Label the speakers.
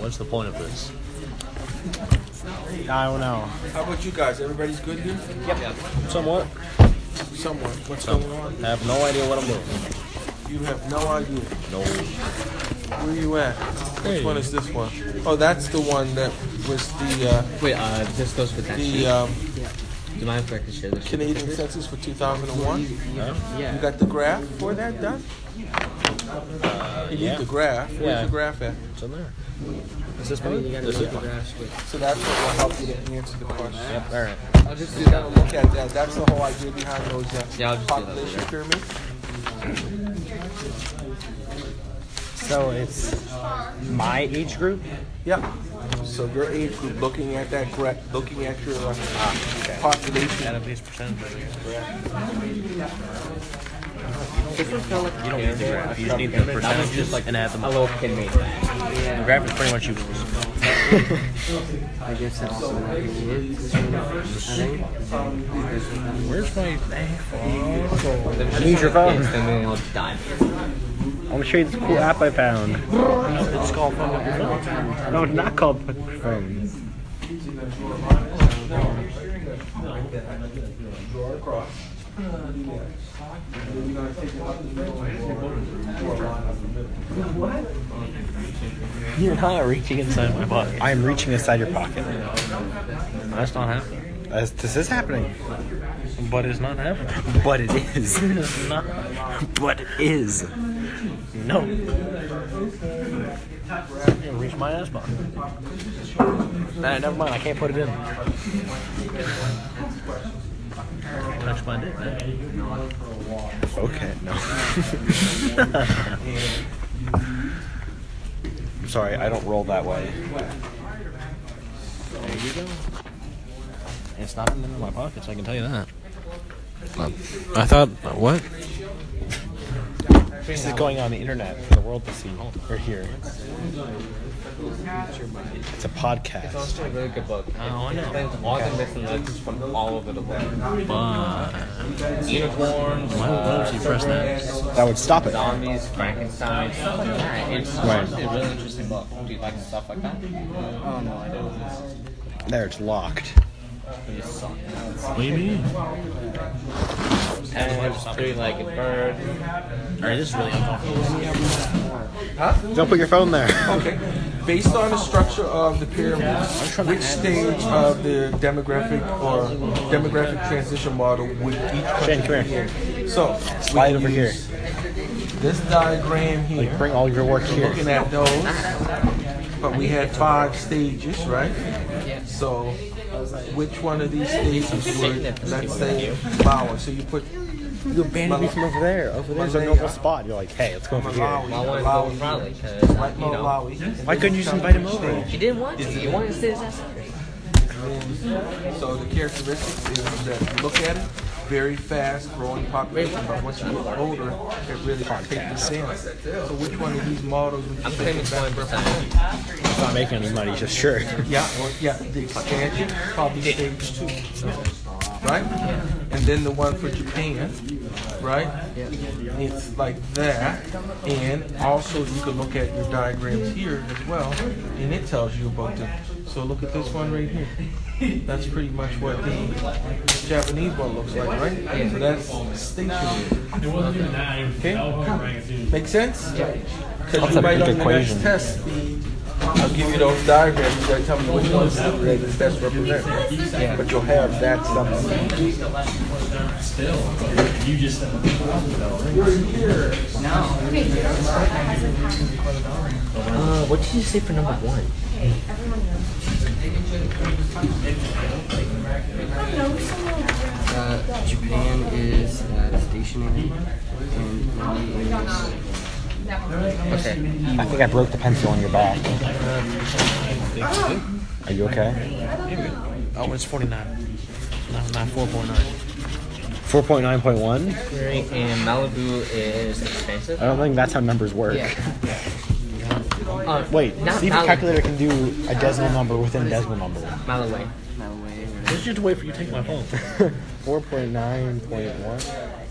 Speaker 1: What's the point of this?
Speaker 2: I don't know.
Speaker 3: How about you guys? Everybody's good here?
Speaker 1: Somewhat.
Speaker 3: Someone, what's going on?
Speaker 1: I have no idea what I'm doing.
Speaker 3: You have no idea.
Speaker 1: No.
Speaker 3: Where you at? Which one is this one? Oh, that's the one that was the uh,
Speaker 4: Wait, uh, this goes with that.
Speaker 3: the
Speaker 4: sheet.
Speaker 3: um,
Speaker 4: Do you mind if I can share this?
Speaker 3: Canadian census for 2001. You
Speaker 4: Yeah.
Speaker 3: got the graph for that done? You need
Speaker 1: yeah.
Speaker 3: the graph. Where's
Speaker 1: Yeah.
Speaker 3: the graph at?
Speaker 1: It's in there. Is this
Speaker 4: I mean, you
Speaker 1: mine?
Speaker 4: gotta
Speaker 1: This
Speaker 4: look
Speaker 1: is
Speaker 4: at the
Speaker 1: mine.
Speaker 4: graphs with.
Speaker 3: So that's what will help you to answer the question.
Speaker 1: Yep. All right.
Speaker 3: I'll just do that. Look at that. That's the whole idea behind those uh,
Speaker 4: Yeah, I'll just do that
Speaker 3: population
Speaker 4: later.
Speaker 3: pyramids.
Speaker 2: So it's my age group.
Speaker 3: Yeah. So your age group, looking at that gra- looking at your uh, population.
Speaker 1: these percentages.
Speaker 4: This one felt like
Speaker 1: You don't need the graph. You just need the percentages like, and add them
Speaker 4: a
Speaker 1: up.
Speaker 4: little kid made that.
Speaker 1: The graph is pretty much useless.
Speaker 4: I guess that also might be it. This one, I think.
Speaker 1: Where's my phone?
Speaker 4: Them
Speaker 2: need your phone.
Speaker 4: kids, then they'll die.
Speaker 2: I'm gonna show you this cool app I found.
Speaker 1: It's called phone with your phone.
Speaker 2: No, it's not called Fuck Your Phone.
Speaker 1: You're not reaching inside my pocket.
Speaker 2: I am reaching inside your pocket.
Speaker 1: That's not happening.
Speaker 2: As this is happening,
Speaker 1: But it's not happening.
Speaker 2: but it is.
Speaker 1: It's not.
Speaker 2: but it is.
Speaker 1: No. You're gonna reach my ass button. Nah, never mind. I can't put it in. Touch my dick, man.
Speaker 2: Okay, no. I'm sorry, I don't roll that way.
Speaker 1: There you go. It's not in the middle of my pockets. I can tell you that.
Speaker 5: I thought what?
Speaker 2: This is going on the internet for the world to see. We're here. It's a podcast.
Speaker 4: It's a really good book.
Speaker 1: Oh, I
Speaker 4: It explains all the missing links from all over the world. Unicorns,
Speaker 1: Why would- why would you press that?
Speaker 2: That would stop it.
Speaker 4: zombies, Frankenstein, stuff like that. It's
Speaker 2: Right.
Speaker 4: honestly a really interesting book. Do you like stuff like that? Oh no, I don't.
Speaker 2: There, it's locked.
Speaker 4: You suck.
Speaker 1: What do you mean?
Speaker 4: Pets, three-legged bird.
Speaker 1: Alright, this is really uncomfortable.
Speaker 2: Don't put your phone there.
Speaker 3: Okay. Based on the structure of the pyramids, which stage of the demographic or demographic transition model would each
Speaker 2: Shane,
Speaker 3: country
Speaker 2: come
Speaker 3: be
Speaker 2: here.
Speaker 3: in? So
Speaker 2: Slide over here.
Speaker 3: This diagram here.
Speaker 2: Bring all your work here.
Speaker 3: looking at those, but we had five stages, right? So, which one of these stages would, let's say, Malawi? So you put
Speaker 2: You abandoned me from over there. Over there's a normal spot. You're like, hey, let's go over
Speaker 3: Malawi,
Speaker 2: here.
Speaker 4: I want to go with
Speaker 3: Malawi,
Speaker 4: Raleigh because
Speaker 3: right
Speaker 4: you know
Speaker 3: Malawi.
Speaker 2: Why couldn't you just invite him over?
Speaker 4: he didn't want to. He wanted to sit his ass. up.
Speaker 3: So the characteristics is that you look at it, very fast growing population, but once you get older, it really takes the sense. So which one of these models would you
Speaker 4: I'm
Speaker 3: think
Speaker 4: claiming
Speaker 3: is
Speaker 4: twenty percent.
Speaker 2: He's not making any money, just sure.
Speaker 3: Yeah, or, yeah, the expansion, probably stage two, right? And then the one for Japan, right? It's like that, and also you can look at your diagrams here as well, and it tells you about them. So look at this one right here. That's pretty much what the Japanese one looks like, right? So that's stationary. Okay, make sense? Because you
Speaker 2: a
Speaker 3: might
Speaker 2: big
Speaker 3: on the next
Speaker 2: equation.
Speaker 3: test be I'll give you those diagrams. You gotta tell me which ones they best represent. But you'll have that something.
Speaker 4: Uh, what did you say for number one?
Speaker 6: Uh, Japan is uh, stationary, and Maui is
Speaker 4: Okay.
Speaker 2: I think I broke the pencil on your back. Are you okay?
Speaker 1: Oh, it's 49. Not, not 4.9.
Speaker 2: 4.9.1?
Speaker 4: Drink in Malibu is expensive.
Speaker 2: I don't think that's how numbers work.
Speaker 4: Uh,
Speaker 2: Wait,
Speaker 4: not
Speaker 2: see if a
Speaker 4: Malibu.
Speaker 2: calculator can do a decimal number within decimal number.
Speaker 4: Malibu.
Speaker 6: Maui.
Speaker 1: Let's just wait for you to take my phone.
Speaker 2: 4.9.1?